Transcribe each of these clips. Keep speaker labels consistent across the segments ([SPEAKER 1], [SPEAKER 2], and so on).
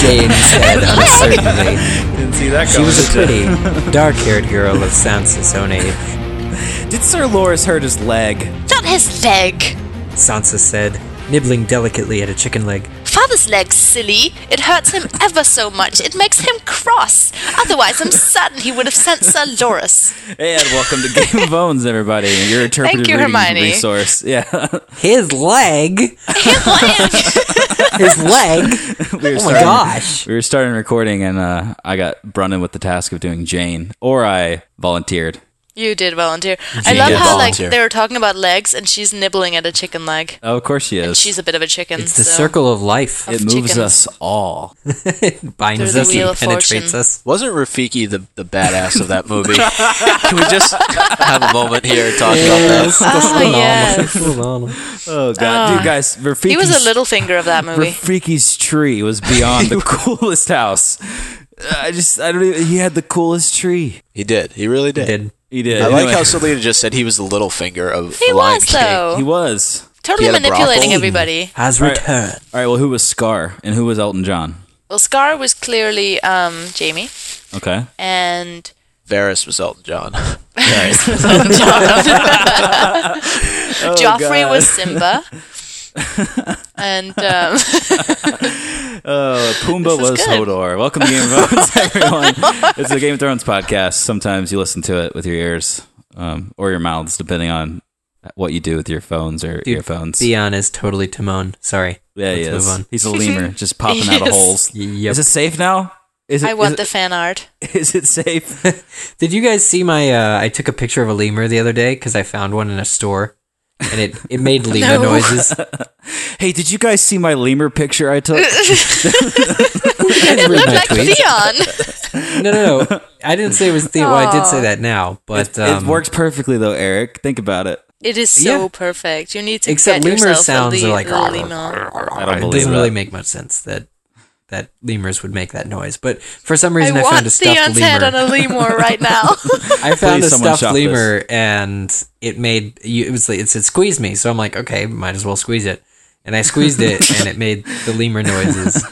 [SPEAKER 1] Jane said uncertainly.
[SPEAKER 2] Didn't see that
[SPEAKER 1] She
[SPEAKER 2] coming.
[SPEAKER 1] was a
[SPEAKER 2] did
[SPEAKER 1] pretty, dark-haired girl of Sansa's own age.
[SPEAKER 2] ya? Did Sir Loris hurt his leg?
[SPEAKER 3] Not his leg.
[SPEAKER 1] Sansa said, nibbling delicately at a chicken leg.
[SPEAKER 3] Father's leg, silly. It hurts him ever so much. It makes him cross. Otherwise, I'm certain he would have sent Sir Loris.
[SPEAKER 2] And welcome to Game of Bones, everybody. Your interpretive
[SPEAKER 3] you,
[SPEAKER 2] reading
[SPEAKER 3] Hermione.
[SPEAKER 2] resource. Yeah,
[SPEAKER 1] His leg?
[SPEAKER 3] His leg.
[SPEAKER 1] His leg?
[SPEAKER 2] we were
[SPEAKER 1] Oh my gosh.
[SPEAKER 2] We were starting recording, and uh, I got Brennan with the task of doing Jane, or I volunteered.
[SPEAKER 3] you did volunteer. I
[SPEAKER 1] You
[SPEAKER 3] love
[SPEAKER 1] did
[SPEAKER 3] how
[SPEAKER 1] volunteer.
[SPEAKER 3] like they were talking about legs, and she's nibbling at a chicken leg.
[SPEAKER 2] Oh, of course she is.
[SPEAKER 3] She's a bit of a chicken.
[SPEAKER 1] It's the
[SPEAKER 3] so.
[SPEAKER 1] circle of life.
[SPEAKER 2] it moves
[SPEAKER 3] chickens.
[SPEAKER 2] us all.
[SPEAKER 1] It binds
[SPEAKER 3] Through the
[SPEAKER 1] us
[SPEAKER 3] wheel
[SPEAKER 1] and
[SPEAKER 3] of
[SPEAKER 1] penetrates
[SPEAKER 3] fortune.
[SPEAKER 1] us.
[SPEAKER 4] Wasn't Rafiki the, the badass of that movie? Can we just have a moment here and talk about that?
[SPEAKER 3] Oh yes,
[SPEAKER 2] Oh god, dude, guys, Rafiki's,
[SPEAKER 3] Ah. he was a little finger of that movie.
[SPEAKER 2] Rafiki's tree was beyond the coolest house. Uh, I just, I don't. Even, he had the coolest tree.
[SPEAKER 4] He did. He really did.
[SPEAKER 1] Did.
[SPEAKER 2] He did.
[SPEAKER 4] I like
[SPEAKER 2] Anyway,
[SPEAKER 4] how Selena just said he was the little finger of
[SPEAKER 3] He
[SPEAKER 4] the Lion
[SPEAKER 3] was
[SPEAKER 4] King.
[SPEAKER 3] though,
[SPEAKER 2] he was.
[SPEAKER 3] totally
[SPEAKER 4] He had a
[SPEAKER 3] manipulating
[SPEAKER 4] brothel.
[SPEAKER 3] everybody.
[SPEAKER 1] Has
[SPEAKER 2] Alright.
[SPEAKER 1] returned.
[SPEAKER 2] All right. Well, who was Scar and who was Elton John?
[SPEAKER 3] Well, Scar was clearly um, Jamie,
[SPEAKER 2] Okay.
[SPEAKER 3] and
[SPEAKER 4] Varys was Elton John.
[SPEAKER 3] Joffrey was Simba, and um,
[SPEAKER 2] Uh, Pumbaa
[SPEAKER 3] This is
[SPEAKER 2] was
[SPEAKER 3] good.
[SPEAKER 2] Hodor. Welcome to Game of Thrones, everyone. It's the Game of Thrones podcast. Sometimes you listen to it with your ears um, or your mouths, depending on what you do with your phones or
[SPEAKER 1] Dude,
[SPEAKER 2] earphones.
[SPEAKER 1] Theon is totally Timon. Sorry.
[SPEAKER 2] yeah, he
[SPEAKER 1] Let's
[SPEAKER 2] is.
[SPEAKER 1] move on.
[SPEAKER 2] He's a lemur, just popping out of
[SPEAKER 3] Yes.
[SPEAKER 2] holes.
[SPEAKER 1] Yep.
[SPEAKER 2] Is it safe now? Is it,
[SPEAKER 3] I want the
[SPEAKER 2] is,
[SPEAKER 3] fan art.
[SPEAKER 2] it- is it safe?
[SPEAKER 1] Did you guys see my? Uh, I took a picture of a lemur the other day because I found one in a store, and it it made lemur
[SPEAKER 3] No.
[SPEAKER 1] noises.
[SPEAKER 2] hey, did you guys see my lemur picture I took?
[SPEAKER 1] You guys read my
[SPEAKER 3] Like
[SPEAKER 1] tweet?
[SPEAKER 3] Theon.
[SPEAKER 1] No, no, no. I didn't say it was Theon. Well, I did say that now, but
[SPEAKER 2] it
[SPEAKER 1] um,
[SPEAKER 2] works perfectly though, Eric. Think about it.
[SPEAKER 3] It is so
[SPEAKER 1] Yeah.
[SPEAKER 3] perfect. You need to
[SPEAKER 1] Except
[SPEAKER 3] get
[SPEAKER 1] lemur
[SPEAKER 3] yourself
[SPEAKER 1] sounds
[SPEAKER 3] a
[SPEAKER 1] are
[SPEAKER 3] le-
[SPEAKER 1] like,
[SPEAKER 3] little lemur.
[SPEAKER 2] I don't
[SPEAKER 1] It
[SPEAKER 2] believe
[SPEAKER 1] doesn't really
[SPEAKER 2] that.
[SPEAKER 1] make much sense that that lemurs would make that noise. But for some reason,
[SPEAKER 3] I
[SPEAKER 1] I,
[SPEAKER 3] want
[SPEAKER 1] found a stuffed
[SPEAKER 3] Theon's head
[SPEAKER 1] lemur.
[SPEAKER 3] on a lemur right now.
[SPEAKER 1] I found
[SPEAKER 2] Please,
[SPEAKER 1] a
[SPEAKER 2] someone
[SPEAKER 1] stuffed
[SPEAKER 2] shop this.
[SPEAKER 1] lemur, and it made you, it was like it said squeeze me. So I'm like, okay, might as well squeeze it. And I squeezed it, and it made the lemur noises.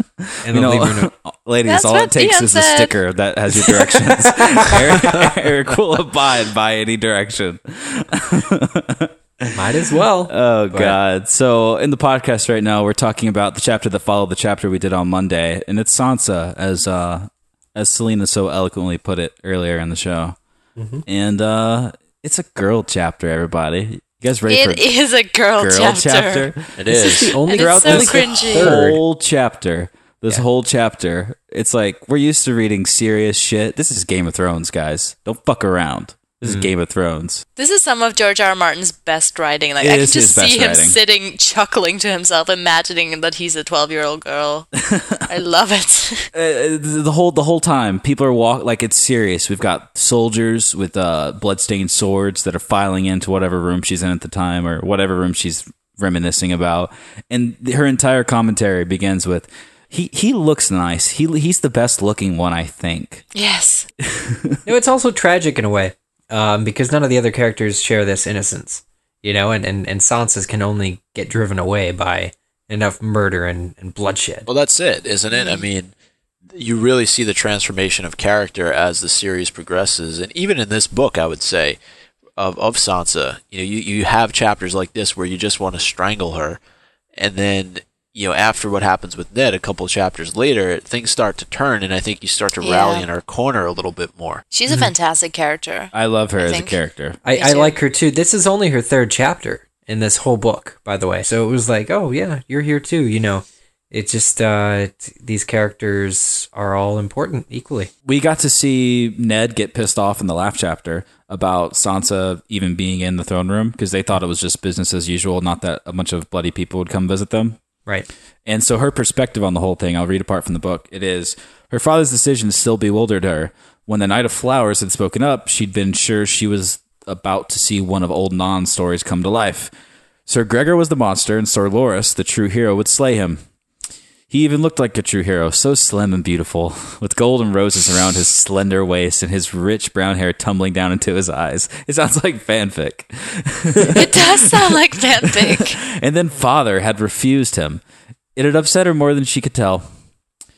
[SPEAKER 1] And
[SPEAKER 2] You
[SPEAKER 1] the
[SPEAKER 2] know,
[SPEAKER 1] lemur no-
[SPEAKER 2] ladies,
[SPEAKER 3] That's
[SPEAKER 2] all
[SPEAKER 3] what
[SPEAKER 2] it takes
[SPEAKER 3] Theon
[SPEAKER 2] is
[SPEAKER 3] said.
[SPEAKER 2] a sticker that has your directions. Eric, Eric will abide by any direction.
[SPEAKER 1] might as well.
[SPEAKER 2] Oh God! So in the podcast right now, we're talking about the chapter that followed the chapter we did on Monday, and it's Sansa, as uh, as Selena so eloquently put it earlier in the show, and uh, it's a girl chapter. Everybody, you guys ready
[SPEAKER 3] it
[SPEAKER 2] for
[SPEAKER 3] is a girl,
[SPEAKER 2] girl
[SPEAKER 3] chapter.
[SPEAKER 2] chapter?
[SPEAKER 4] It is.
[SPEAKER 1] the only
[SPEAKER 3] And it's
[SPEAKER 2] Throughout
[SPEAKER 3] so
[SPEAKER 2] this
[SPEAKER 3] cringy.
[SPEAKER 2] whole chapter. This whole chapter. It's like we're used to reading serious shit. This is Game of Thrones, guys. Don't fuck around. This is Game of Thrones.
[SPEAKER 3] This is some of George R. R. Martin's best writing. Like
[SPEAKER 2] It
[SPEAKER 3] I can
[SPEAKER 2] is his
[SPEAKER 3] just
[SPEAKER 2] best
[SPEAKER 3] see him
[SPEAKER 2] writing.
[SPEAKER 3] sitting, chuckling to himself, imagining that he's a twelve-year-old girl. I love it.
[SPEAKER 2] Uh, the whole the whole time people are walk like it's serious. We've got soldiers with uh bloodstained swords that are filing into whatever room she's in at the time or whatever room she's reminiscing about. And th- her entire commentary begins with he he looks nice. He he's the best looking one, I think.
[SPEAKER 3] yes,
[SPEAKER 1] No, it's also tragic in a way um, because none of the other characters share this innocence, you know, and, and, and Sansa's can only get driven away by enough murder and, and bloodshed.
[SPEAKER 4] Well, that's it, isn't it? I mean, you really see the transformation of character as the series progresses, and even in this book, I would say of of Sansa, you know, you, you have chapters like this where you just want to strangle her, and then you know after what happens with Ned, a couple chapters later, things start to turn, and I think you start to rally
[SPEAKER 3] Yeah.
[SPEAKER 4] in her corner a little bit more.
[SPEAKER 3] she's a fantastic character.
[SPEAKER 2] I love her as
[SPEAKER 3] think.
[SPEAKER 2] a character.
[SPEAKER 1] I,
[SPEAKER 3] Me
[SPEAKER 1] I
[SPEAKER 3] too.
[SPEAKER 1] like her too. This is only her third chapter in this whole book, by the way. So it was like, oh, yeah, you're here too, you know. It's just uh, t- these characters are all important equally.
[SPEAKER 2] we got to see Ned get pissed off in the laugh chapter about Sansa even being in the throne room because they thought it was just business as usual, not that a bunch of bloody people would come visit them.
[SPEAKER 1] Right.
[SPEAKER 2] And so her perspective on the whole thing, I'll read apart from the book. It is her father's decision still bewildered her. When the Knight of Flowers had spoken up, she'd been sure she was about to see one of old Nan's stories come to life. Sir Gregor was the monster, and Sir Loris, the true hero, would slay him. He even looked like a true hero, so slim and beautiful, with golden roses around his slender waist and his rich brown hair tumbling down into his eyes. It sounds like fanfic.
[SPEAKER 3] It does sound like fanfic.
[SPEAKER 2] And then father had refused him. It had upset her more than she could tell.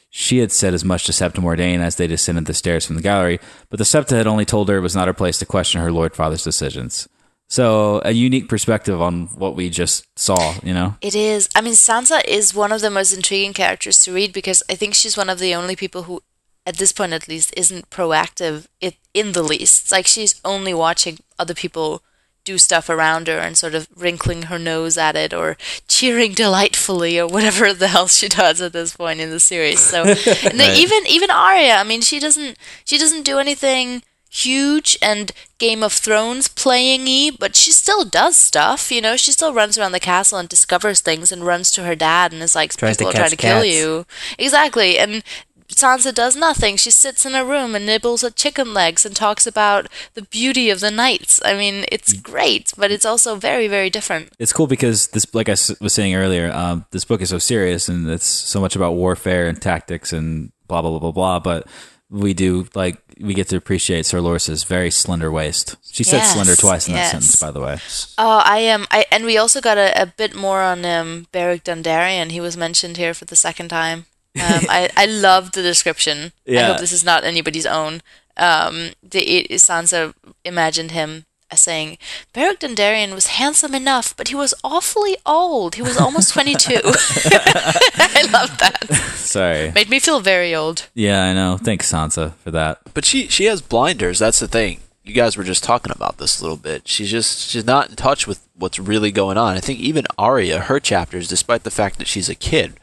[SPEAKER 2] She had said as much to Septa Mordain as they descended the stairs from the gallery, but the Septa had only told her it was not her place to question her Lord Father's decisions. So, a unique perspective on what we just saw, you know?
[SPEAKER 3] It is. I mean, Sansa is one of the most intriguing characters to read because I think she's one of the only people who, at this point at least, isn't proactive it, in the least. It's like she's only watching other people do stuff around her and sort of wrinkling her nose at it or cheering delightfully or whatever the hell she does at this point in the series. So and then even even Arya, I mean, she doesn't she doesn't do anything huge and Game of Thrones playing y, but she still does stuff, you know, she still runs around the castle and discovers things and runs to her dad and is like
[SPEAKER 1] Tries to
[SPEAKER 3] people are trying
[SPEAKER 1] catch
[SPEAKER 3] to kill
[SPEAKER 1] cats.
[SPEAKER 3] you. Exactly. And Sansa does nothing. She sits in a room and nibbles at chicken legs and talks about the beauty of the knights. I mean, it's great, but it's also very, very different.
[SPEAKER 2] It's cool because this, like I s- was saying earlier, um, this book is so serious and it's so much about warfare and tactics and blah, blah, blah, blah, blah. But we do, like, we get to appreciate Sir Loris's very slender waist. She said
[SPEAKER 3] Yes,
[SPEAKER 2] slender twice in
[SPEAKER 3] yes.
[SPEAKER 2] that sentence, by the way.
[SPEAKER 3] Oh, I am. I and we also got a, a bit more on um, Beric Dondarrion. He was mentioned here for the second time. Um, I I love the description. I
[SPEAKER 2] Yeah.
[SPEAKER 3] hope this is not anybody's own. Um, the it, Sansa imagined him as saying, "Beric Dondarrion was handsome enough, but he was awfully old. He was almost twenty-two. I love that.
[SPEAKER 2] Sorry.
[SPEAKER 3] Made me feel very old.
[SPEAKER 2] Yeah, I know. Thanks, Sansa, for that.
[SPEAKER 4] But she she has blinders. That's the thing. You guys were just talking about this a little bit. She's just she's not in touch with what's really going on. I think even Arya, her chapters, despite the fact that she's a kid,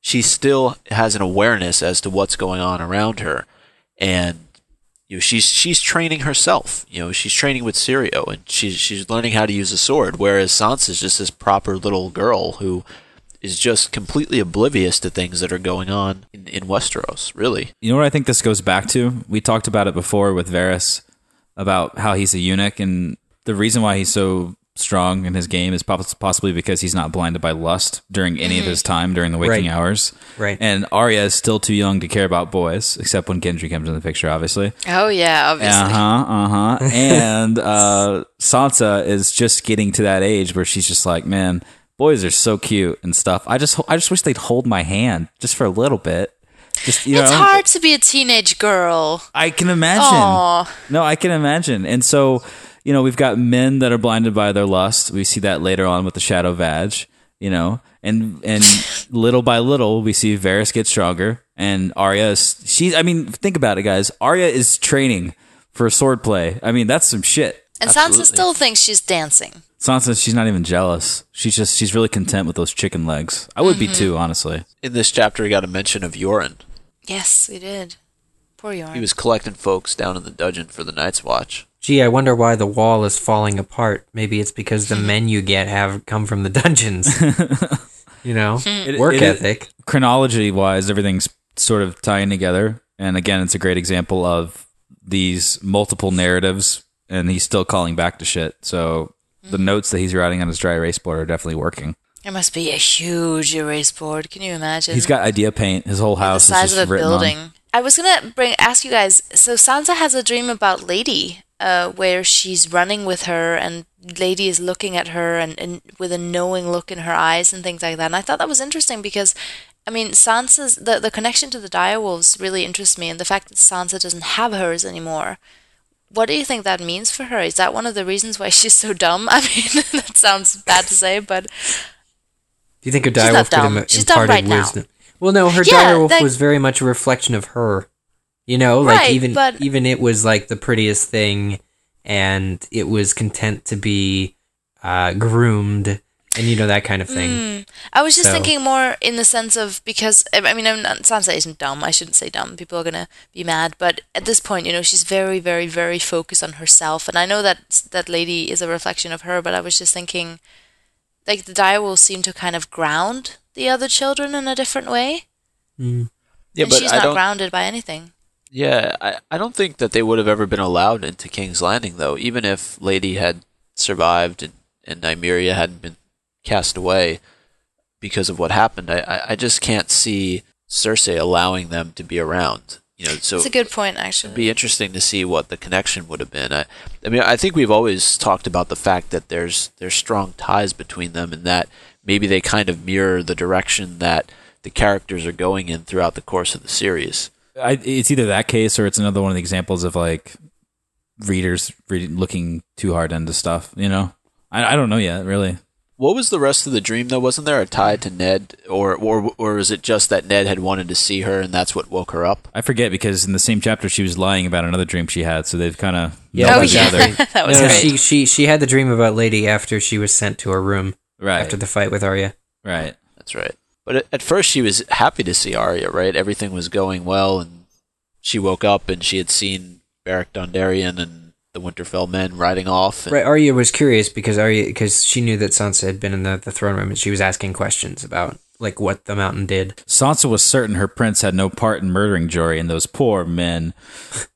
[SPEAKER 4] she still has an awareness as to what's going on around her, and you know she's she's training herself. You know she's training with Sirio, and she's she's learning how to use a sword. Whereas Sansa's just this proper little girl who is just completely oblivious to things that are going on in, in Westeros. Really,
[SPEAKER 2] You know what I think this goes back to? We talked about it before with Varys about how he's a eunuch, and the reason why he's so strong in his game is poss- possibly because he's not blinded by lust during any of his time during the waking
[SPEAKER 1] Right.
[SPEAKER 2] hours.
[SPEAKER 1] Right.
[SPEAKER 2] And Arya is still too young to care about boys, except when Gendry comes in the picture, obviously.
[SPEAKER 3] Oh yeah, obviously.
[SPEAKER 4] Uh-huh.
[SPEAKER 2] Uh huh. Uh huh. And uh, Sansa is just getting to that age where she's just like, man, boys are so cute and stuff. I just, ho- I just wish they'd hold my hand just for a little bit. Just you
[SPEAKER 3] It's
[SPEAKER 2] know,
[SPEAKER 3] hard to be a teenage girl.
[SPEAKER 2] I can imagine.
[SPEAKER 3] Aw.
[SPEAKER 2] No, I can imagine. And so, you know, we've got men that are blinded by their lust. We see that later on with the Shadow Vag, you know, and and little by little we see Varys get stronger and Arya is she's I mean, think about it guys. Arya is training for swordplay. I mean, that's some shit.
[SPEAKER 3] And Sansa still thinks she's dancing.
[SPEAKER 2] Sansa, she's not even jealous. She's just she's really content with those chicken legs. I would be too, honestly.
[SPEAKER 4] in this chapter, we got a mention of Yoren.
[SPEAKER 3] Yes, we did. Poor Yarn.
[SPEAKER 4] He was collecting folks down in the dungeon for the Night's Watch.
[SPEAKER 1] Gee, I wonder why the wall is falling apart. Maybe it's because
[SPEAKER 3] Hmm.
[SPEAKER 1] the men you get have come from the dungeons. you know, work
[SPEAKER 2] it is-
[SPEAKER 1] ethic.
[SPEAKER 2] chronology wise, everything's sort of tying together. And again, it's a great example of these multiple narratives, and he's still calling back to shit. So the
[SPEAKER 3] Mm-hmm.
[SPEAKER 2] notes that he's writing on his dry erase board are definitely working.
[SPEAKER 3] It must be a huge erase board. Can you imagine?
[SPEAKER 2] He's got idea paint. His whole
[SPEAKER 3] the
[SPEAKER 2] house is
[SPEAKER 3] size
[SPEAKER 2] just
[SPEAKER 3] of a
[SPEAKER 2] written
[SPEAKER 3] building.
[SPEAKER 2] on.
[SPEAKER 3] I was gonna bring ask you guys. So Sansa has a dream about Lady, uh, where she's running with her, and Lady is looking at her, and, and with a knowing look in her eyes, and things like that. And I thought that was interesting because, I mean, Sansa's the the connection to the direwolves really interests me, and the fact that Sansa doesn't have hers anymore. What do you think that means for her? Is that one of the reasons why she's so dumb? I mean, that sounds bad to say, but
[SPEAKER 1] Do you think her
[SPEAKER 3] not
[SPEAKER 1] direwolf could
[SPEAKER 3] dumb.
[SPEAKER 1] have
[SPEAKER 3] She's dumb
[SPEAKER 1] imparted
[SPEAKER 3] right now.
[SPEAKER 1] wisdom? Well, no, her
[SPEAKER 3] Yeah,
[SPEAKER 1] direwolf
[SPEAKER 3] that-
[SPEAKER 1] was very much a reflection of her. You know, like
[SPEAKER 3] Right,
[SPEAKER 1] even
[SPEAKER 3] but-
[SPEAKER 1] even it was like the prettiest thing, and it was content to be uh, groomed, and you know that kind of thing.
[SPEAKER 3] I was just
[SPEAKER 1] So-
[SPEAKER 3] thinking more in the sense of because I I mean I'm not, Sansa isn't dumb. I shouldn't say dumb. People are gonna be mad, but at this point, you know, she's very, very, very focused on herself, and I know that that lady is a reflection of her. But I was just thinking, like the direwolves seem to kind of ground the other children in a different way, Hmm.
[SPEAKER 1] Mm.
[SPEAKER 4] Yeah,
[SPEAKER 3] and she's not grounded by anything.
[SPEAKER 4] Yeah, I, I don't think that they would have ever been allowed into King's Landing though, even if Lady had survived and and Nymeria hadn't been cast away. because of what happened. I, I, I just can't see Cersei allowing them to be around. You know, so
[SPEAKER 3] It's a good point,
[SPEAKER 4] It'd
[SPEAKER 3] actually.
[SPEAKER 4] be interesting to see what the connection would have been. I, I mean, I think we've always talked about the fact that there's there's strong ties between them, and that maybe they kind of mirror the direction that the characters are going in throughout the course of the series.
[SPEAKER 2] I, it's either that case or it's another one of the examples of like readers reading, looking too hard into stuff. You know, I, I don't know yet, really.
[SPEAKER 4] What was the rest of the dream though? Wasn't there a tie to Ned, or or or was it just that Ned had wanted to see her, and that's what woke her up?
[SPEAKER 2] I forget because in the same chapter she was lying about another dream she had, so they've kind of yeah,
[SPEAKER 3] Oh,
[SPEAKER 1] that's
[SPEAKER 3] yeah.
[SPEAKER 1] the other-
[SPEAKER 3] That was
[SPEAKER 1] no,
[SPEAKER 3] great.
[SPEAKER 1] she she she had the dream about Lady after she was sent to her room
[SPEAKER 2] right,
[SPEAKER 1] after the fight with Arya.
[SPEAKER 2] right.
[SPEAKER 4] That's right. But at, at first, she was happy to see Arya. Right, everything was going well, and she woke up and she had seen Beric Dondarrion and the Winterfell men riding off. And
[SPEAKER 1] Right, Arya was curious because Arya because she knew that Sansa had been in the, the throne room and she was asking questions about like what the mountain did.
[SPEAKER 2] Sansa was certain her prince had no part in murdering Jory and those poor men.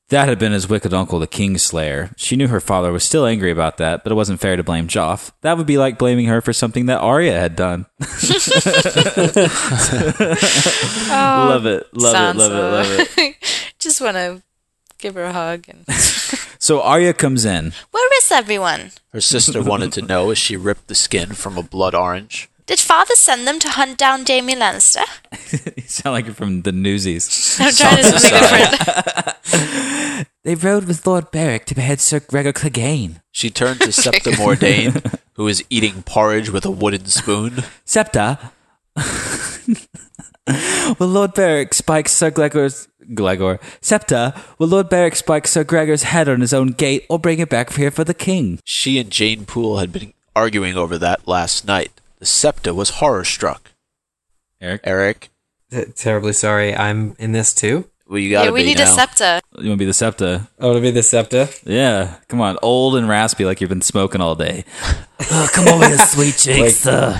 [SPEAKER 2] That had been his wicked uncle, the Kingslayer. She knew her father was still angry about that, but it wasn't fair to blame Joff. That would be like blaming her for something that Arya had done. love it, love it, love it, love it.
[SPEAKER 3] Just want to give her a hug. And
[SPEAKER 2] So Arya comes in.
[SPEAKER 3] Where is everyone?
[SPEAKER 4] Her sister wanted to know as she ripped the skin from a blood orange.
[SPEAKER 3] Did father send them to hunt down Jamie Lannister?
[SPEAKER 2] you sound like you're from the Newsies.
[SPEAKER 3] I'm trying to make a friend.
[SPEAKER 2] They rode with Lord Beric to behead Sir Gregor Clegane.
[SPEAKER 4] She turned to Septa Mordain, who is eating porridge with a wooden spoon.
[SPEAKER 2] Septa. will Lord Beric spike Sir Gregor's Gregor Septa? Will Lord Beric spike Sir Gregor's head on his own gate, or bring it back here for the king?
[SPEAKER 4] She and Jane Poole had been arguing over that last night. The Septa was horror struck.
[SPEAKER 2] Eric,
[SPEAKER 4] Eric,
[SPEAKER 1] T- terribly sorry, I'm in this too.
[SPEAKER 4] well, you gotta
[SPEAKER 3] Yeah, we
[SPEAKER 4] be
[SPEAKER 3] need
[SPEAKER 4] now.
[SPEAKER 3] a scepter.
[SPEAKER 2] you want to be the Septa?
[SPEAKER 1] Oh, to be the Septa.
[SPEAKER 2] Yeah, come on, old and raspy like you've been smoking all day. oh, come over here, sweet cheeks. uh.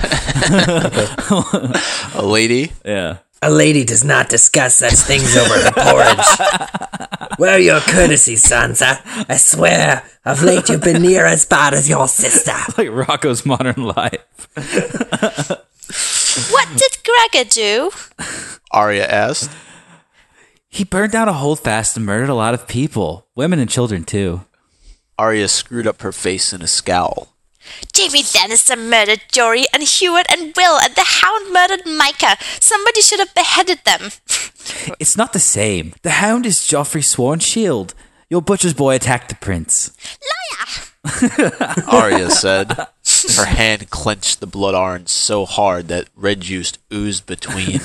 [SPEAKER 4] a lady.
[SPEAKER 2] Yeah.
[SPEAKER 5] A lady does not discuss such things over her porridge. Where are your courtesies, Sansa? I swear, of late you've been near as bad as your sister.
[SPEAKER 2] Like Rocco's modern life.
[SPEAKER 3] What did Gregor do?
[SPEAKER 4] Arya asked.
[SPEAKER 2] He burned down a holdfast and murdered a lot of people, women and children too.
[SPEAKER 4] Arya screwed up her face in a scowl.
[SPEAKER 3] Jamie Lannister murdered Jory and Heward and Will, and the Hound murdered Micah. Somebody should have beheaded them.
[SPEAKER 2] It's not the same. The hound is Joffrey's sworn shield. Your butcher's boy attacked the prince.
[SPEAKER 4] Arya said. Her hand clenched the blood orange so hard that red juice oozed between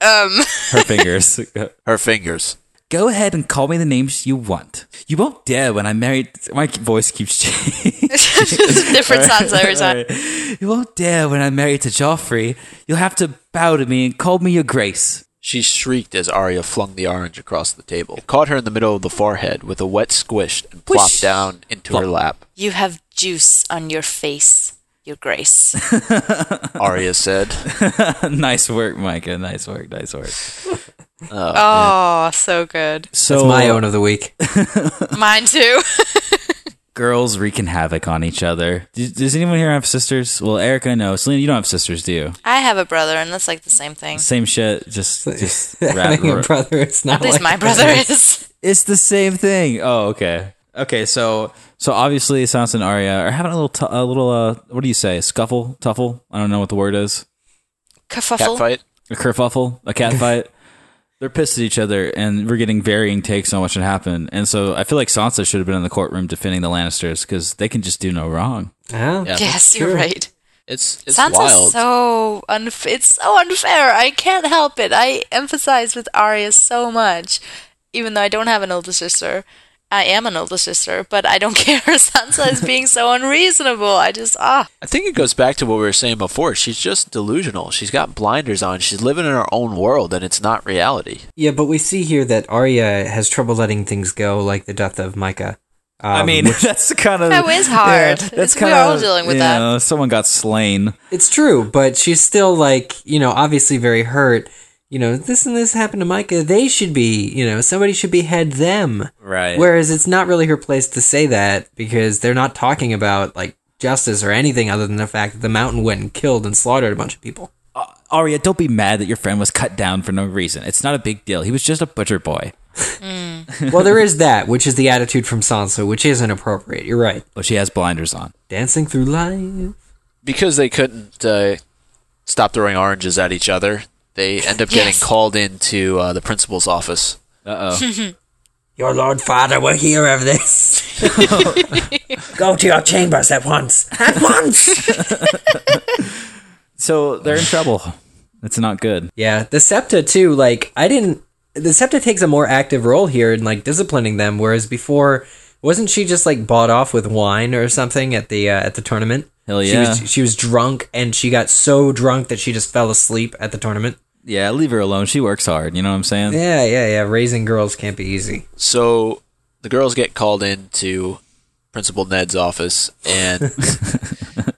[SPEAKER 3] Um,
[SPEAKER 2] Her fingers.
[SPEAKER 4] her fingers.
[SPEAKER 2] Go ahead and call me the names you want. You won't dare when I'm married. My voice keeps changing.
[SPEAKER 3] different sounds every time.
[SPEAKER 2] You won't dare when I'm married to Joffrey. You'll have to bow to me and call me your grace.
[SPEAKER 4] She shrieked as Arya flung the orange across the table. It caught her in the middle of the forehead with a wet squish and plopped
[SPEAKER 2] Whoosh.
[SPEAKER 4] down into her lap,
[SPEAKER 3] You have juice on your face, Your Grace.
[SPEAKER 4] Arya said.
[SPEAKER 2] nice work, Micah. Nice work. Nice work.
[SPEAKER 3] Oh, so good.
[SPEAKER 2] So
[SPEAKER 1] That's my own of the week.
[SPEAKER 3] Mine too.
[SPEAKER 2] girls wreaking havoc on each other. Does, does anyone here have sisters? Well, Eric, I know. Selena, you don't have sisters, do you?
[SPEAKER 3] I have a brother, and that's like the same thing.
[SPEAKER 2] Same shit. Just just rap,
[SPEAKER 1] Having a brother, it's not
[SPEAKER 3] At least
[SPEAKER 1] like
[SPEAKER 3] my brother is.
[SPEAKER 2] It's the same thing. Oh, okay. Okay, so so obviously Sansa and Arya are having a little tu- a little uh what do you say? Scuffle, tuffle? I don't know what the word is.
[SPEAKER 3] Kerfuffle.
[SPEAKER 4] Catfight?
[SPEAKER 2] A kerfuffle, a cat fight. They're pissed at each other and we're getting varying takes on what should happen. And so I feel like Sansa should have been in the courtroom defending the Lannisters cuz they can just do no wrong.
[SPEAKER 1] Oh,
[SPEAKER 4] Yeah.
[SPEAKER 3] Yes, you're
[SPEAKER 1] Sure.
[SPEAKER 3] right.
[SPEAKER 4] It's it's
[SPEAKER 3] Sansa's
[SPEAKER 4] wild.
[SPEAKER 3] so unf- it's so unfair. I can't help it. I empathize with Arya so much, even though I don't have an older sister. I am an older sister, but I don't care. Sansa is being so unreasonable. I just ah.
[SPEAKER 4] I think it goes back to what we were saying before. She's just delusional. She's got blinders on. She's living in her own world and it's not reality.
[SPEAKER 1] yeah, but we see here that Arya has trouble letting things go, like the death of Micah. Um,
[SPEAKER 2] I mean, that's kind of
[SPEAKER 3] That is hard. It's- we're all dealing with
[SPEAKER 2] you
[SPEAKER 3] that.
[SPEAKER 2] know, someone got slain.
[SPEAKER 1] It's true, but she's still like, you know, obviously very hurt. You know, this and this happened to Micah. They should be, you know, somebody should behead them.
[SPEAKER 2] Right.
[SPEAKER 1] Whereas it's not really her place to say that because they're not talking about like justice or anything other than the fact that the mountain went and killed and slaughtered a bunch of people.
[SPEAKER 2] Uh, Arya, don't be mad that your friend was cut down for no reason. It's not a big deal. He was just a butcher boy.
[SPEAKER 1] well, there is that, which is the attitude from Sansa, which is inappropriate. You're right.
[SPEAKER 2] But she has blinders on.
[SPEAKER 1] Dancing through life.
[SPEAKER 4] because they couldn't uh, stop throwing oranges at each other. They end up getting
[SPEAKER 3] Yes.
[SPEAKER 4] called into uh, the principal's office.
[SPEAKER 2] Uh oh.
[SPEAKER 5] Your Lord Father will hear of this. Go to your chambers at once. At once!
[SPEAKER 2] so they're in trouble. It's not good.
[SPEAKER 1] Yeah, the Septa too. Like I didn't. The Septa takes a more active role here in like disciplining them, whereas before, wasn't she just like bought off with wine or something at the uh, at the tournament?
[SPEAKER 2] Hell
[SPEAKER 1] She
[SPEAKER 2] yeah.
[SPEAKER 1] was she was drunk and she got so drunk that she just fell asleep at the tournament.
[SPEAKER 2] Yeah, leave her alone. She works hard. You know what I'm saying?
[SPEAKER 1] Yeah, yeah, yeah. Raising girls can't be easy.
[SPEAKER 4] So the girls get called into Principal Ned's office, and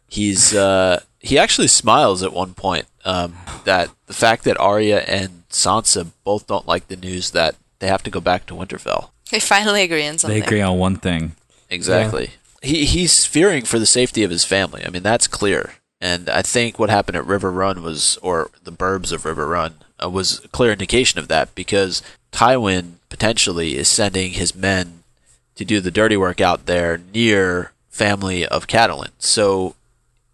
[SPEAKER 4] he's uh, he actually smiles at one point. Um, that the fact that Arya and Sansa both don't like the news that they have to go back to Winterfell.
[SPEAKER 3] They finally agree on
[SPEAKER 2] They
[SPEAKER 3] something.
[SPEAKER 2] agree on one thing.
[SPEAKER 4] Exactly. He he's fearing for the safety of his family. I mean, that's clear. And I think what happened at River Run was, or the burbs of River Run, uh, was a clear indication of that because Tywin potentially is sending his men to do the dirty work out there near family of Catalan. So,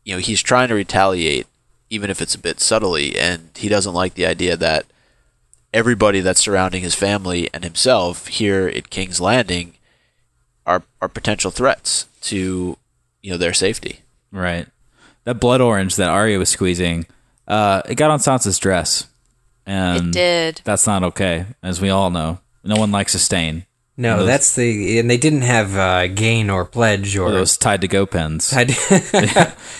[SPEAKER 4] you know, he's trying to retaliate, even if it's a bit subtly, and he doesn't like the idea that everybody that's surrounding his family and himself here at King's Landing are are potential threats to you know their safety.
[SPEAKER 2] Right. That blood orange that Arya was squeezing, uh, it got on Sansa's dress. And
[SPEAKER 3] It did.
[SPEAKER 2] That's not okay, as we all know. No one likes a stain.
[SPEAKER 1] No,
[SPEAKER 2] Those-
[SPEAKER 1] that's the and they didn't have uh, gain or pledge or.
[SPEAKER 2] Or those Oh. tied to go pins.
[SPEAKER 1] I d-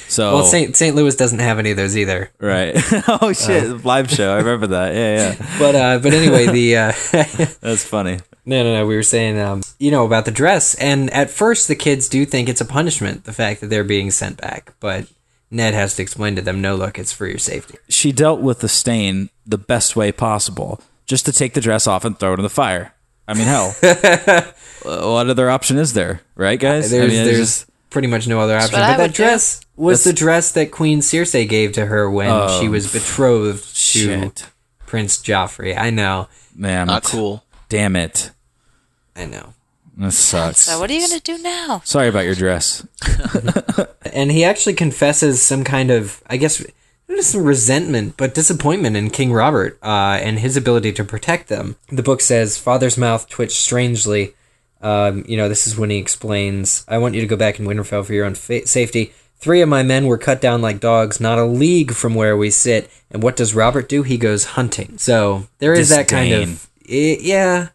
[SPEAKER 2] So
[SPEAKER 1] well, St. St. Louis doesn't have any of those either.
[SPEAKER 2] right. oh shit, live show. I remember that. Yeah, yeah.
[SPEAKER 1] But uh, but anyway, the uh,
[SPEAKER 2] That's funny.
[SPEAKER 1] No, no, no. We were saying, um, you know, about the dress. And at first, the kids do think it's a punishment, the fact that they're being sent back. But Ned has to explain to them, no, look, it's for your safety.
[SPEAKER 2] She dealt with the stain the best way possible, just to take the dress off and throw it in the fire. I mean, hell, Uh, what other option is there, right, guys? I
[SPEAKER 1] There's,
[SPEAKER 2] mean, it's
[SPEAKER 1] there's
[SPEAKER 2] just-
[SPEAKER 1] pretty much no other option.
[SPEAKER 3] what I
[SPEAKER 1] But that
[SPEAKER 3] would do.
[SPEAKER 1] dress was the
[SPEAKER 2] That's- Oh,
[SPEAKER 1] dress that Queen Circe gave to her when she was betrothed to
[SPEAKER 2] shit,
[SPEAKER 1] Prince Joffrey. I know,
[SPEAKER 2] man,
[SPEAKER 4] Not cool.
[SPEAKER 2] Damn it,
[SPEAKER 1] I know.
[SPEAKER 2] that sucks.
[SPEAKER 3] So what are you gonna do now?
[SPEAKER 2] Sorry about your dress.
[SPEAKER 1] And he actually confesses some kind of, I guess, not just resentment, but disappointment in King Robert uh, and his ability to protect them. The book says, Father's mouth twitched strangely. Um, you know, this is when he explains, I want you to go back in Winterfell for your own fa- safety. Three of my men were cut down like dogs, not a league from where we sit. And what does Robert do? He goes hunting. So there is that kind
[SPEAKER 2] Disdain.
[SPEAKER 1] of. i yeah.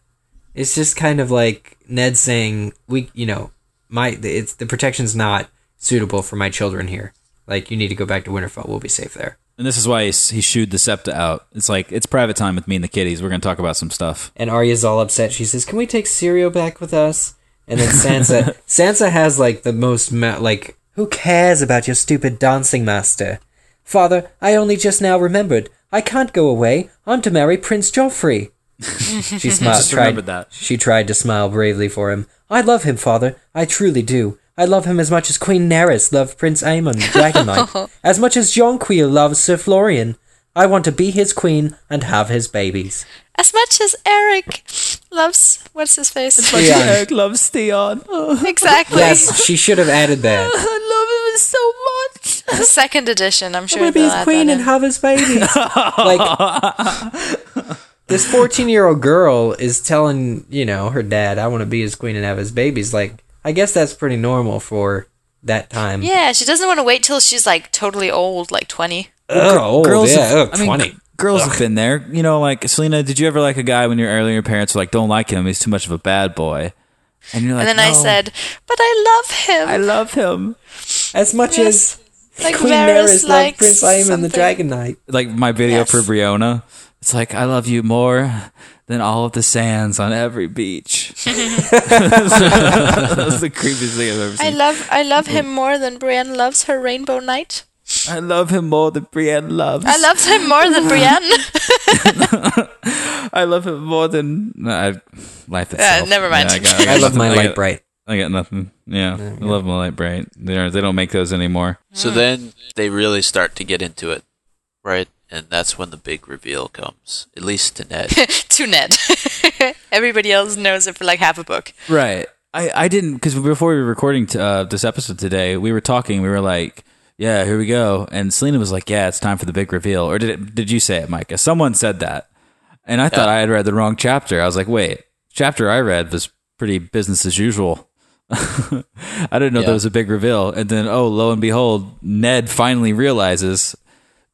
[SPEAKER 1] It's just kind of like Ned saying, we, you know, my, it's the protection's not suitable for my children here. Like, you need to go back to Winterfell. We'll be safe there.
[SPEAKER 2] And this is why he, s- he shooed the septa out. It's like it's private time with me and the kiddies. We're gonna talk about some stuff.
[SPEAKER 1] And Arya's all upset. She says, "Can we take Sirio back with us?" And then Sansa, Sansa has like the most ma- like, "Who cares about your stupid dancing master, father? I only just now remembered. I can't go away. I'm to marry Prince Joffrey." she smiled.
[SPEAKER 2] Just
[SPEAKER 1] tried,
[SPEAKER 2] remembered that.
[SPEAKER 1] She tried to smile bravely for him. I love him, father. I truly do. I love him as much as Queen Neris loved Prince Aemon, Dragonite, as much as Jonquil loves Sir Florian. I want to be his queen and have his babies.
[SPEAKER 3] As much as Eric loves what's his face?
[SPEAKER 1] Theon.
[SPEAKER 2] Eric loves Theon. Oh,
[SPEAKER 3] exactly.
[SPEAKER 1] Yes, she should have added that.
[SPEAKER 2] I love him so much.
[SPEAKER 3] The second edition, I'm
[SPEAKER 1] I'm
[SPEAKER 3] sure
[SPEAKER 1] gonna be
[SPEAKER 3] they'll
[SPEAKER 1] his
[SPEAKER 3] add
[SPEAKER 1] queen
[SPEAKER 3] that
[SPEAKER 1] and
[SPEAKER 3] in.
[SPEAKER 1] have his babies. like this fourteen-year-old girl is telling you know her dad, "I want to be his queen and have his babies." Like, I guess that's pretty normal for that time.
[SPEAKER 3] Yeah, she doesn't want to wait till she's like totally old, like 20.
[SPEAKER 1] Ugh, old,
[SPEAKER 2] girls,
[SPEAKER 1] Oh, yeah,
[SPEAKER 2] have,
[SPEAKER 1] ugh,
[SPEAKER 2] I mean,
[SPEAKER 1] twenty.
[SPEAKER 2] g- girls have been there. You know, like Selena. Did you ever like a guy when your earlier parents were like, "Don't like him. He's too much of a bad boy," and you're like,
[SPEAKER 3] and then I
[SPEAKER 2] "No,
[SPEAKER 3] said, but I love him.
[SPEAKER 2] I love him."
[SPEAKER 1] as much as
[SPEAKER 3] like
[SPEAKER 1] Queen
[SPEAKER 3] Varys
[SPEAKER 1] Nerys loved
[SPEAKER 3] likes
[SPEAKER 1] Prince Aemon the
[SPEAKER 3] something.
[SPEAKER 1] Dragon Knight.
[SPEAKER 2] Like my video
[SPEAKER 3] Yes.
[SPEAKER 2] for Brianna. It's like I love you more than all of the sands on every beach. That's the creepiest thing I've ever seen.
[SPEAKER 3] I love I love him more than Brienne loves her Rainbow Knight.
[SPEAKER 2] I love him more than Brienne loves.
[SPEAKER 3] I love him more than Brienne.
[SPEAKER 2] I love him more than no, I, life itself.
[SPEAKER 3] never mind.
[SPEAKER 2] I, got-
[SPEAKER 1] I love
[SPEAKER 2] nothing-
[SPEAKER 1] my
[SPEAKER 2] I
[SPEAKER 1] light
[SPEAKER 2] got-
[SPEAKER 1] bright.
[SPEAKER 2] I got nothing. Yeah, I love my light bright. They don't, they don't make those anymore.
[SPEAKER 3] Mm.
[SPEAKER 4] So then they really start to get into it, right? And that's when the big reveal comes, at least to Ned.
[SPEAKER 3] to Ned. Everybody else knows it for like half a book.
[SPEAKER 2] Right. I, I didn't because before we were recording t- uh, this episode today, we were talking. We were like, "Yeah, here we go." And Selena was like, "Yeah, it's time for the big reveal." Or did it, did you say it, Micah? Someone said that, and I thought I had read the wrong chapter. I was like, "Wait, chapter I read was pretty business as usual." I didn't know
[SPEAKER 4] Yeah.
[SPEAKER 2] there was a big reveal, and then oh, lo and behold, Ned finally realizes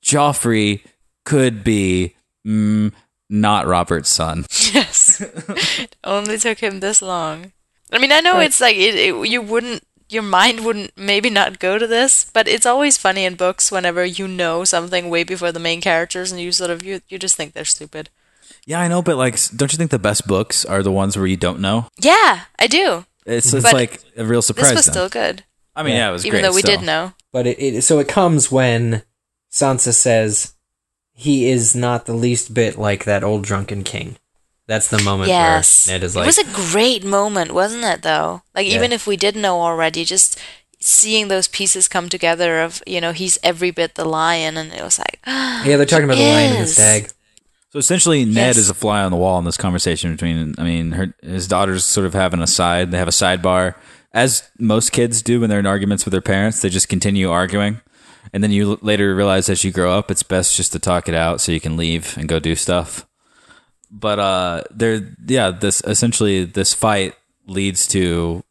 [SPEAKER 2] Joffrey could be mm, not Robert's son.
[SPEAKER 3] Yes. it only took him this long. I mean, I know it's like it, it, you wouldn't, your mind wouldn't maybe not go to this, but it's always funny in books whenever you know something way before the main characters and you sort of you you just think they're stupid.
[SPEAKER 2] Yeah, I know, but like, s- don't you think the best books are the ones where you don't know?
[SPEAKER 3] Yeah, I do.
[SPEAKER 2] It's it's
[SPEAKER 3] But
[SPEAKER 2] like a real
[SPEAKER 3] This
[SPEAKER 2] surprise.
[SPEAKER 3] was
[SPEAKER 2] then.
[SPEAKER 3] still good,
[SPEAKER 2] I mean, yeah, it was
[SPEAKER 3] even
[SPEAKER 2] great.
[SPEAKER 3] though we
[SPEAKER 2] still.
[SPEAKER 3] did know.
[SPEAKER 1] But it, it so it comes when Sansa says he is not the least bit like that old drunken king. That's the moment
[SPEAKER 3] Yes,
[SPEAKER 1] where Ned is like,
[SPEAKER 3] it was a great moment, wasn't it? Though, like even
[SPEAKER 1] Yeah.
[SPEAKER 3] if we did know already, just seeing those pieces come together of you know he's every bit the lion, and it was like
[SPEAKER 1] yeah, they're talking about the lion and the
[SPEAKER 3] Yes.
[SPEAKER 1] stag.
[SPEAKER 2] So essentially, Ned
[SPEAKER 3] Yes.
[SPEAKER 2] is a fly on the wall in this conversation between. I mean, her his daughters sort of having a side. They have a sidebar, as most kids do when they're in arguments with their parents. They just continue arguing, and then you l- later realize as you grow up, it's best just to talk it out so you can leave and go do stuff. But uh, there, yeah, this essentially this fight leads to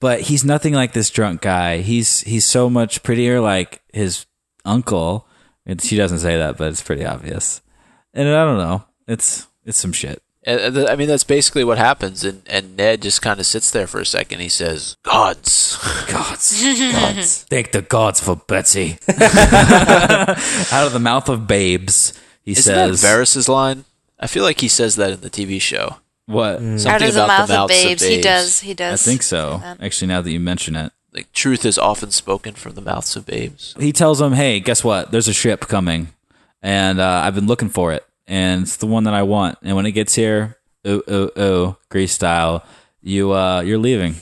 [SPEAKER 2] but he's nothing like this drunk guy. He's he's so much prettier like his uncle. And she doesn't say that, but it's pretty obvious. And I don't know. It's it's some shit.
[SPEAKER 4] And- and th- I mean, that's basically what happens. And, and Ned just kind of sits there for a second. He says, Gods.
[SPEAKER 2] Gods, gods, thank the gods for Betsy. Out of the mouth of babes, he
[SPEAKER 4] Isn't
[SPEAKER 2] says,
[SPEAKER 4] that Varys' line? I feel like he says that in the TV show.
[SPEAKER 2] "What?"
[SPEAKER 3] out
[SPEAKER 4] Something
[SPEAKER 3] of the
[SPEAKER 4] about
[SPEAKER 3] mouth
[SPEAKER 4] the
[SPEAKER 3] of
[SPEAKER 4] mouths
[SPEAKER 3] babes. He does. He
[SPEAKER 2] I
[SPEAKER 3] does.
[SPEAKER 2] think so.
[SPEAKER 3] that.
[SPEAKER 2] Actually, now that you mention it,
[SPEAKER 4] Like, truth is often spoken from the mouths of babes.
[SPEAKER 2] he tells him, "Hey, guess what? There's a ship coming, and uh, I've been looking for it, and it's the one that I want. And when it gets here, ooh ooh ooh, Grease style, you uh, you're leaving,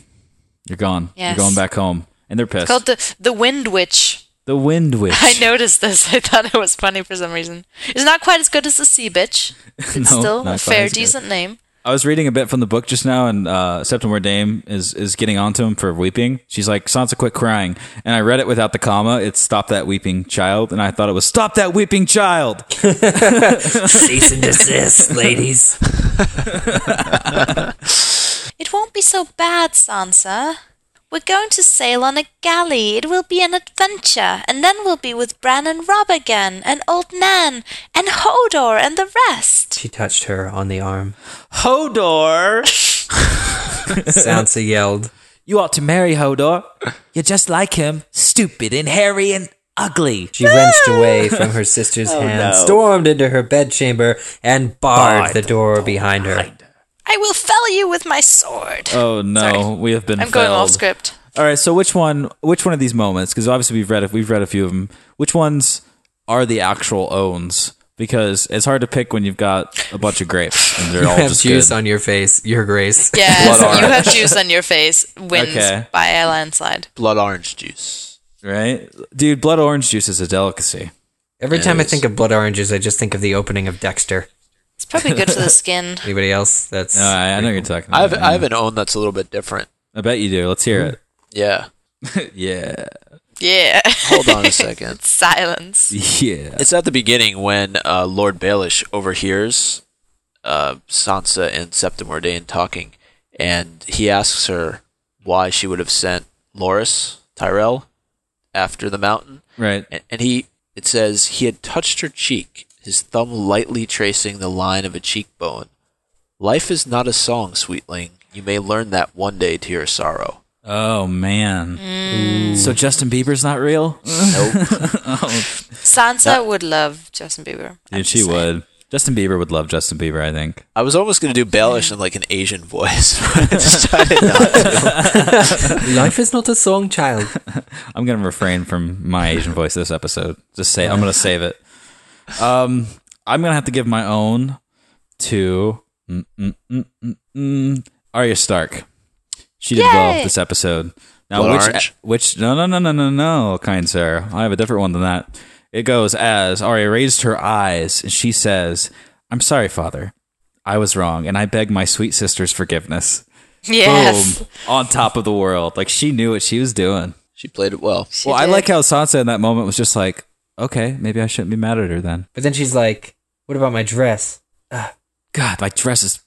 [SPEAKER 2] you're gone,
[SPEAKER 3] Yes.
[SPEAKER 2] you're going back home." And they're pissed.
[SPEAKER 3] Called the the Wind Witch.
[SPEAKER 2] the Wind Witch.
[SPEAKER 3] I noticed this. I thought it was funny for some reason. It's not quite as good as the Sea Bitch. It's
[SPEAKER 2] No,
[SPEAKER 3] still
[SPEAKER 2] not
[SPEAKER 3] a
[SPEAKER 2] quite
[SPEAKER 3] fair,
[SPEAKER 2] as good.
[SPEAKER 3] decent name.
[SPEAKER 2] I was reading a bit from the book just now, and uh, Septimore Dame is is getting onto him for weeping. She's like, "Sansa, quit crying." And I read it without the comma. It's "Stop that weeping child," and I thought it was "Stop that weeping child."
[SPEAKER 5] Cease and desist, ladies.
[SPEAKER 3] It won't be so bad, Sansa. We're going to sail on a galley. It will be an adventure, and then we'll be with Bran and Rob again, and old Nan, and Hodor, and the rest.
[SPEAKER 1] She touched her on the arm.
[SPEAKER 2] Hodor.
[SPEAKER 1] Sansa yelled.
[SPEAKER 2] You ought to marry Hodor. You're just like him, stupid and hairy and ugly.
[SPEAKER 1] She wrenched away from her sister's
[SPEAKER 3] Oh,
[SPEAKER 1] hand, stormed into her bedchamber, and barred the door behind her.
[SPEAKER 3] I will fell you with my sword.
[SPEAKER 2] Oh no,
[SPEAKER 3] Sorry.
[SPEAKER 2] we have been.
[SPEAKER 3] I'm going off
[SPEAKER 2] felled.
[SPEAKER 3] script.
[SPEAKER 2] All right, so which one? Which one of these moments? Because obviously we've read we've read a few of them. Which ones are the actual owns? Because it's hard to pick when you've got a bunch of grapes and they're all
[SPEAKER 1] have
[SPEAKER 2] just
[SPEAKER 1] juice
[SPEAKER 2] good.
[SPEAKER 1] on your face, Your Grace.
[SPEAKER 3] Yes, you have juice on your face. Wins
[SPEAKER 2] Okay.
[SPEAKER 3] by a landslide.
[SPEAKER 4] Blood orange juice.
[SPEAKER 2] right? Dude, blood orange juice is a delicacy.
[SPEAKER 1] Every time I
[SPEAKER 4] Yes.
[SPEAKER 1] think of blood oranges, I just think of the opening of Dexter.
[SPEAKER 3] It's probably good for the skin.
[SPEAKER 1] Anybody else? That's
[SPEAKER 2] No, I, I know you're talking.
[SPEAKER 4] I
[SPEAKER 2] About
[SPEAKER 4] have,
[SPEAKER 2] it.
[SPEAKER 4] I have an own that's a little bit different.
[SPEAKER 2] I bet you do. Let's hear
[SPEAKER 4] Yeah.
[SPEAKER 2] it. yeah,
[SPEAKER 3] Yeah.
[SPEAKER 4] Hold on a second.
[SPEAKER 3] Silence.
[SPEAKER 2] yeah.
[SPEAKER 4] It's at the beginning when uh, Lord Baelish overhears uh, Sansa and Septim Ordain talking, and he asks her why she would have sent Loris Tyrell after the mountain,
[SPEAKER 2] Right.
[SPEAKER 4] and, and he it says he had touched her cheek, his thumb lightly tracing the line of a cheekbone. Life is not a song, sweetling. You may learn that one day to your sorrow.
[SPEAKER 2] Oh man.
[SPEAKER 1] Mm.
[SPEAKER 2] So Justin Bieber's not real?
[SPEAKER 4] Nope.
[SPEAKER 3] Sansa would love Justin Bieber. I'm
[SPEAKER 2] Dude, she
[SPEAKER 3] just saying.
[SPEAKER 2] would. Justin Bieber would love Justin Bieber, I think.
[SPEAKER 4] I was almost gonna do Baelish in like an Asian voice. but I decided not to.
[SPEAKER 1] Life is not a song, child.
[SPEAKER 2] I'm gonna refrain from my Asian voice this episode. Just say I'm gonna save it. Um, I'm gonna have to give my own to mm, mm, mm, mm, mm, Arya Stark. She did well
[SPEAKER 3] Yay!
[SPEAKER 2] this episode. Now,
[SPEAKER 4] Blood
[SPEAKER 2] which
[SPEAKER 4] orange?
[SPEAKER 2] which no no no no no no, kind sir, I have a different one than that. It goes as Arya raised her eyes and she says, "I'm sorry, father. I was wrong, and I beg my sweet sister's forgiveness."
[SPEAKER 3] Yes.
[SPEAKER 2] Boom, on top of the world, like she knew what she was doing.
[SPEAKER 4] She played it well.
[SPEAKER 3] She
[SPEAKER 2] Well, I
[SPEAKER 3] did.
[SPEAKER 2] like how Sansa in that moment was just like, "Okay, maybe I shouldn't be mad at her then."
[SPEAKER 1] But then she's like, "What about my dress?"
[SPEAKER 2] God, my dress is.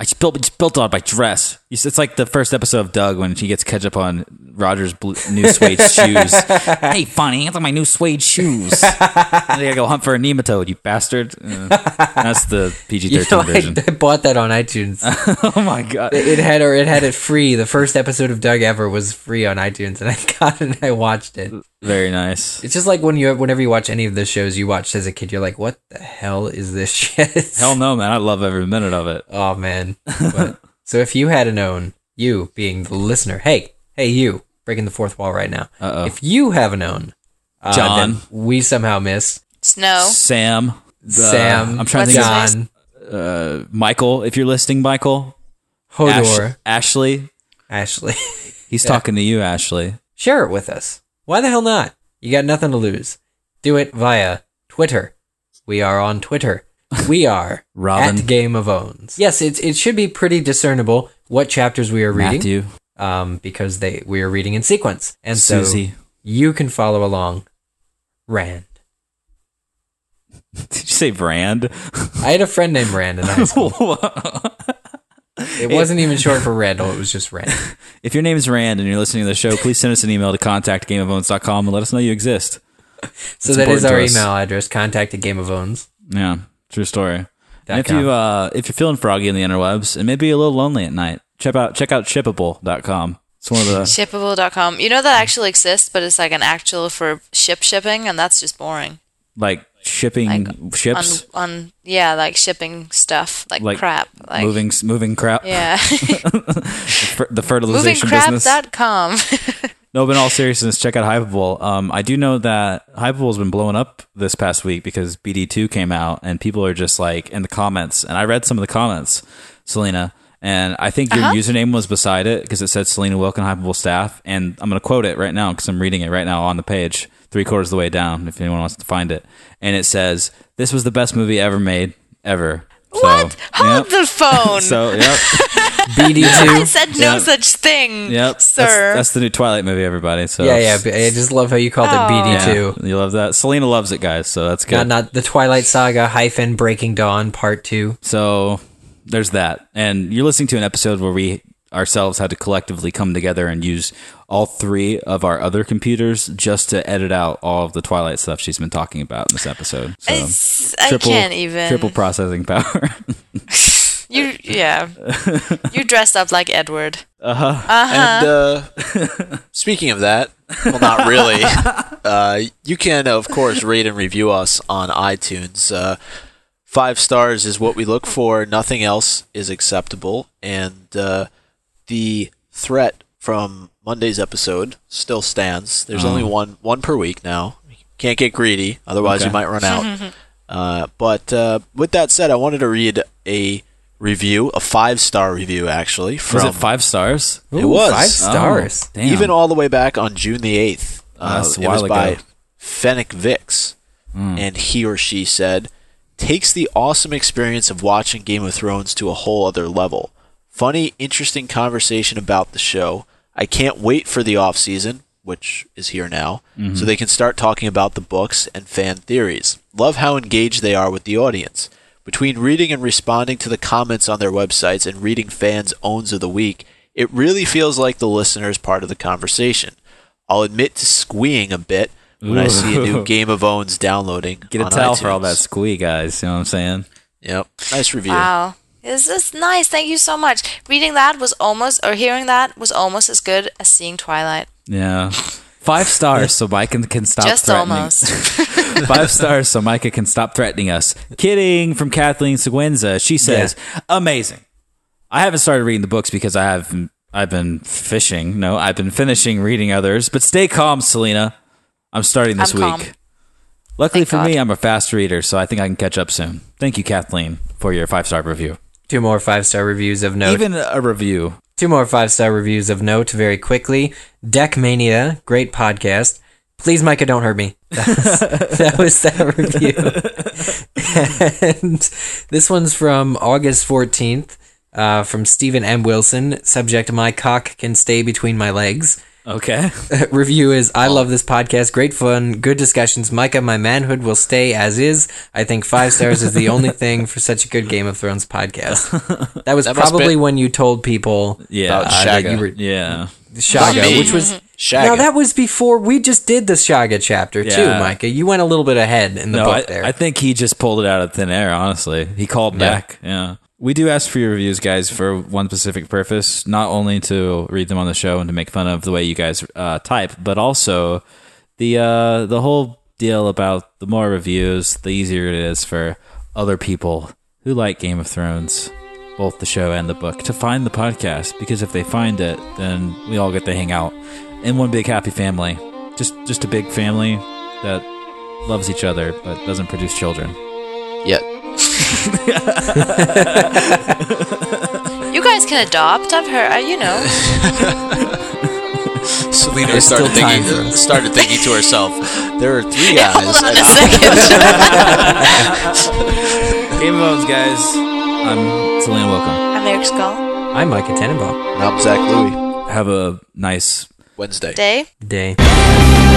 [SPEAKER 2] I spilled, spilled on my dress. You s- It's like the first episode of Doug when she gets ketchup on Roger's blue, new suede shoes. Hey, funny, it's on my new suede shoes. I gotta go hunt for a nematode, you bastard. Uh, that's the PG
[SPEAKER 1] You
[SPEAKER 2] 13
[SPEAKER 1] know, I,
[SPEAKER 2] version.
[SPEAKER 1] I bought that on iTunes.
[SPEAKER 2] oh my god.
[SPEAKER 1] It it had or it had it free. The first episode of Doug ever was free on iTunes, and I got it and I watched it.
[SPEAKER 2] Very nice.
[SPEAKER 1] It's just like when you whenever you watch any of the shows you watched as a kid, you're like, "What the hell is this shit?"
[SPEAKER 2] Hell no, man. I love every minute of it.
[SPEAKER 1] Oh man. But- so if you had known, you being the listener, hey, hey, you breaking the fourth wall right now.
[SPEAKER 2] Uh-oh.
[SPEAKER 1] If you have known, uh,
[SPEAKER 2] John.
[SPEAKER 1] that we somehow missed
[SPEAKER 3] Snow.
[SPEAKER 2] Sam. the-
[SPEAKER 1] Sam.
[SPEAKER 2] I'm trying to think
[SPEAKER 3] Oh. What's
[SPEAKER 2] of
[SPEAKER 3] his
[SPEAKER 1] John,
[SPEAKER 2] uh, Michael, if you're listening, Michael. Ash-
[SPEAKER 1] Hodor,
[SPEAKER 2] Ashley.
[SPEAKER 1] Ashley.
[SPEAKER 2] He's talking to you, Ashley.
[SPEAKER 1] Share it with us. Why the hell not? You got nothing to lose. Do it via Twitter. We are on Twitter. We are
[SPEAKER 2] Robin.
[SPEAKER 1] at Game of Owns. Yes, it it should be pretty discernible what chapters we are reading,
[SPEAKER 2] Matthew.
[SPEAKER 1] um, because they we are reading in sequence, and so
[SPEAKER 2] Susie.
[SPEAKER 1] you can follow along. Rand.
[SPEAKER 2] Did you say brand?
[SPEAKER 1] I had a friend named Rand in high school. It wasn't even short for Randall, it was just Rand.
[SPEAKER 2] if your name is Rand and you're listening to the show, please send us an email to contact gameofones.com and let us know you exist.
[SPEAKER 1] So that is
[SPEAKER 2] important to
[SPEAKER 1] our
[SPEAKER 2] us.
[SPEAKER 1] email address, contact at Game of Owns.
[SPEAKER 2] Yeah, true story. And if
[SPEAKER 1] com.
[SPEAKER 2] you uh, if you're feeling froggy in the interwebs and maybe a little lonely at night, check out check out shippable.com. It's one of the
[SPEAKER 3] Shippable.com. You know that actually exists, but it's like an actual for ship shipping, and that's just boring.
[SPEAKER 2] like shipping
[SPEAKER 3] Like, On,
[SPEAKER 2] ships,
[SPEAKER 3] on yeah, like shipping stuff, like,
[SPEAKER 2] like
[SPEAKER 3] crap, like
[SPEAKER 2] moving moving crap,
[SPEAKER 3] Yeah,
[SPEAKER 2] fer- the fertilization business.
[SPEAKER 3] movingcrap.com.
[SPEAKER 2] No, but in all seriousness, check out Hyperbole. Um, I do know that Hyperbole has been blowing up this past week because BD2 came out and people are just like in the comments. And I read some of the comments, Selena, and I think
[SPEAKER 3] Uh-huh.
[SPEAKER 2] your username was beside it because it said Selena Wilkin Hyperbole staff. And I'm going to quote it right now because I'm reading it right now on the page, three quarters of the way down, if anyone wants to find it. And it says, This was the best movie ever made, ever. So,
[SPEAKER 3] what? Hold
[SPEAKER 2] yep.
[SPEAKER 3] the phone.
[SPEAKER 2] So, yep.
[SPEAKER 3] I
[SPEAKER 1] BD2.
[SPEAKER 3] said no
[SPEAKER 2] Yep.
[SPEAKER 3] such thing,
[SPEAKER 2] Yep. That's-
[SPEAKER 3] sir.
[SPEAKER 2] That's, the new Twilight movie, everybody. So
[SPEAKER 1] yeah, yeah. but I just love how you called
[SPEAKER 3] Aw.
[SPEAKER 1] it
[SPEAKER 2] Yeah,
[SPEAKER 1] BD2.
[SPEAKER 2] You love that. Selena loves it, guys. So that's good.
[SPEAKER 1] Not, not the Twilight Saga hyphen Breaking Dawn Part 2.
[SPEAKER 2] so there's that. And you're listening to an episode where we ourselves had to collectively come together and use all three of our other computers just to edit out all of the Twilight stuff she's been talking about in this episode. So
[SPEAKER 3] It's- I can't even.
[SPEAKER 2] um, Triple processing power.
[SPEAKER 3] You yeah. you dressed up like Edward.
[SPEAKER 4] And uh, speaking of that, well, not really. Uh, you can, of course, rate and review us on iTunes. Uh, five stars is what we look for. Nothing else is acceptable. And uh, the threat from Monday's episode still stands. There's only
[SPEAKER 2] Oh.
[SPEAKER 4] one one per week now. Can't get greedy, otherwise
[SPEAKER 2] Okay.
[SPEAKER 4] you might run out. uh, but uh, with that said, I wanted to read a review, a five star review actually. From
[SPEAKER 2] Was it five stars?
[SPEAKER 1] Ooh,
[SPEAKER 4] was.
[SPEAKER 1] Five
[SPEAKER 2] Oh,
[SPEAKER 1] stars.
[SPEAKER 2] damn.
[SPEAKER 4] even all the way back on June the 8th. Uh,
[SPEAKER 2] That's a
[SPEAKER 4] it
[SPEAKER 2] while
[SPEAKER 4] was
[SPEAKER 2] ago. Hmm.
[SPEAKER 4] by Fennec Vix, and he or she said, takes the awesome experience of watching Game of Thrones to a whole other level. Funny, interesting conversation about the show. I can't wait for the off season, which is here now,
[SPEAKER 2] Mm-hmm.
[SPEAKER 4] so they can start talking about the books and fan theories. Love how engaged they are with the audience. Between reading and responding to the comments on their websites and reading fans' owns of the week, it really feels like the listener is part of the conversation. I'll admit to squeeing a bit when I see a new Game of Owns downloading.
[SPEAKER 2] Get a
[SPEAKER 4] on
[SPEAKER 2] towel for all
[SPEAKER 4] iTunes.
[SPEAKER 2] that squee, guys. You know what I'm saying?
[SPEAKER 4] Yep. Nice review.
[SPEAKER 3] Wow. This is nice. Thank you so much. Reading that was almost or hearing that was almost as good as seeing Twilight.
[SPEAKER 2] Yeah. Five stars so Mike can, can stop
[SPEAKER 3] Just
[SPEAKER 2] threatening.
[SPEAKER 3] almost.
[SPEAKER 2] Five stars so Micah can stop threatening us. Kidding from Kathleen Seguenza. She says, amazing. I haven't started reading the books because I have I've been fishing. No, I've been finishing reading others. But stay calm, Selena. I'm starting this
[SPEAKER 3] I'm
[SPEAKER 2] week.
[SPEAKER 3] calm.
[SPEAKER 2] Luckily
[SPEAKER 3] Thank
[SPEAKER 2] for
[SPEAKER 3] God.
[SPEAKER 2] me, I'm a fast reader, so I think I can catch up soon. Thank you, Kathleen, for your five star review.
[SPEAKER 1] Two more five star reviews of note.
[SPEAKER 2] Even a review.
[SPEAKER 1] Two more five star reviews of note very quickly. Deck Mania, great podcast. Please, Micah, don't hurt me. That was that, was that review. and this one's from August 14th uh, from Stephen M. Wilson. Subject My cock can stay between my legs.
[SPEAKER 2] Okay.
[SPEAKER 1] Review is I love this podcast. Great fun, good discussions. Micah, my manhood will stay as is. I think five stars is the only thing for such a good Game of Thrones podcast. That was
[SPEAKER 4] That must
[SPEAKER 1] probably
[SPEAKER 4] been-
[SPEAKER 1] when you told people
[SPEAKER 2] Yeah.
[SPEAKER 4] About
[SPEAKER 1] uh, that
[SPEAKER 4] Shaga.
[SPEAKER 1] you were
[SPEAKER 2] yeah.
[SPEAKER 1] Shaga,
[SPEAKER 4] Me.
[SPEAKER 1] which was
[SPEAKER 4] Shaga.
[SPEAKER 1] no, that was before we just did the Shaga chapter too,
[SPEAKER 2] Yeah.
[SPEAKER 1] Micah. You went a little bit ahead in the
[SPEAKER 2] No, I,
[SPEAKER 1] book there.
[SPEAKER 2] I think he just pulled it out of thin air, honestly. He called back. Yeah. We do ask for your reviews, guys, for one specific purpose, not only to read them on the show and to make fun of the way you guys uh, type, but also the uh, the whole deal about the more reviews, the easier it is for other people who like Game of Thrones, both the show and the book, to find the podcast. Because if they find it, then we all get to hang out in one big happy family. Just just a big family that loves each other but doesn't produce children.
[SPEAKER 4] Yet.
[SPEAKER 3] You guys can adopt. I've heard. I- You know.
[SPEAKER 4] Selena
[SPEAKER 1] There's still
[SPEAKER 4] started thinking,
[SPEAKER 1] time for us.
[SPEAKER 4] started thinking to herself, there are three guys.
[SPEAKER 3] Hold on
[SPEAKER 4] and
[SPEAKER 3] a
[SPEAKER 4] I-
[SPEAKER 3] second.
[SPEAKER 2] Game of Thrones, guys. I'm Selena. Welcome.
[SPEAKER 3] I'm Eric Skull.
[SPEAKER 1] I'm Micah Tenenbaum.
[SPEAKER 4] and I'm Zach Louie.
[SPEAKER 2] Have a nice
[SPEAKER 4] Wednesday.
[SPEAKER 3] Day.
[SPEAKER 1] Day.